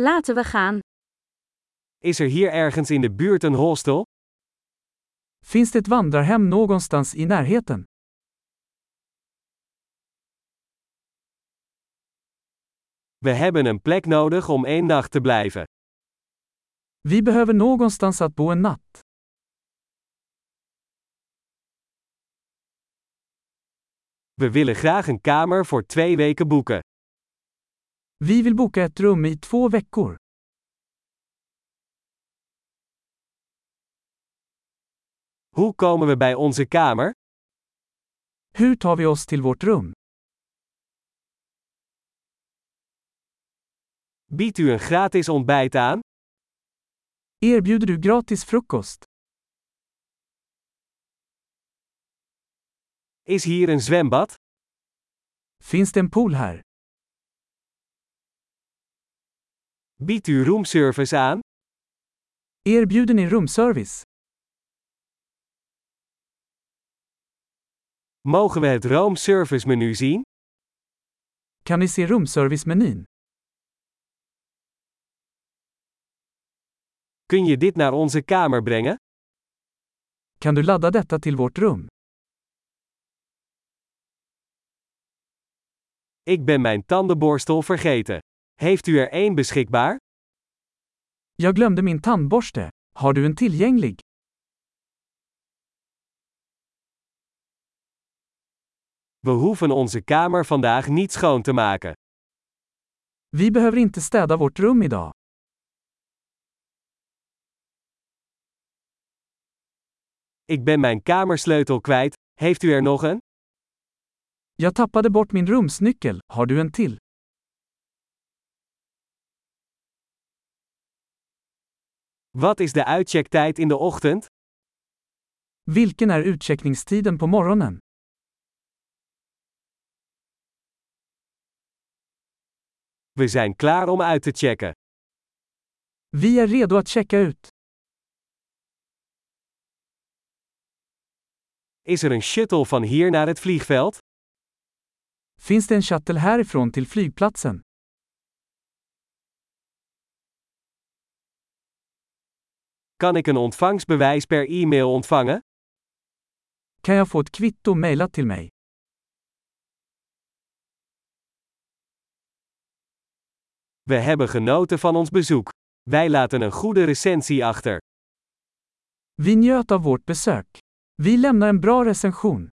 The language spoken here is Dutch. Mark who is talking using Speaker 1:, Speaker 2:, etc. Speaker 1: Laten we gaan.
Speaker 2: Is er hier ergens in de buurt een hostel?
Speaker 3: Finns det ett vandrarhem någonstans i närheten?
Speaker 2: We hebben een plek nodig om één nacht te blijven.
Speaker 3: Vi behöver någonstans att bo en natt.
Speaker 2: We willen graag een kamer voor twee weken boeken.
Speaker 3: Vi vill boka ett rum i två veckor.
Speaker 2: Hoe komen we bij onze kamer?
Speaker 3: Hur tar vi oss till vårt rum?
Speaker 2: Biedt u een gratis ontbijt aan?
Speaker 3: Erbjuder du gratis frukost?
Speaker 2: Is hier een zwembad?
Speaker 3: Finns det en pool här?
Speaker 2: Biedt u roomservice aan?
Speaker 3: Erbjuder ni rumservice?
Speaker 2: Mogen we het roomservice menu zien?
Speaker 3: Kan ni se rumservicemenyn?
Speaker 2: Kun je dit naar onze kamer brengen?
Speaker 3: Kan du ladda detta till vårt rum?
Speaker 2: Ik ben mijn tandenborstel vergeten. Heeft u er één beschikbaar?
Speaker 3: Jag glömde min tandborste. Har du en tillgänglig?
Speaker 2: We hoeven onze kamer vandaag niet schoon te maken.
Speaker 3: Vi behöver inte städa vårt rum idag.
Speaker 2: Ik ben mijn kamersleutel kwijt. Heeft u er nog een?
Speaker 3: Jag tappade bort min rumsnyckel. Har du en till?
Speaker 2: Wat is de uitchecktijd in de ochtend?
Speaker 3: Vilken är utcheckningstiden på morgonen?
Speaker 2: We zijn klaar om uit te checken.
Speaker 3: Vi är redo att checka ut.
Speaker 2: Is er een shuttle van hier naar het vliegveld?
Speaker 3: Finns det en shuttle härifrån till flygplatsen?
Speaker 2: Kan ik een ontvangstbewijs per e-mail ontvangen?
Speaker 3: Kan jag få ett kvitto mejlat till mig?
Speaker 2: We hebben genoten van ons bezoek. Wij laten een goede recensie achter.
Speaker 3: Vi njöt av vårt besök. Vi lämnar en bra recension.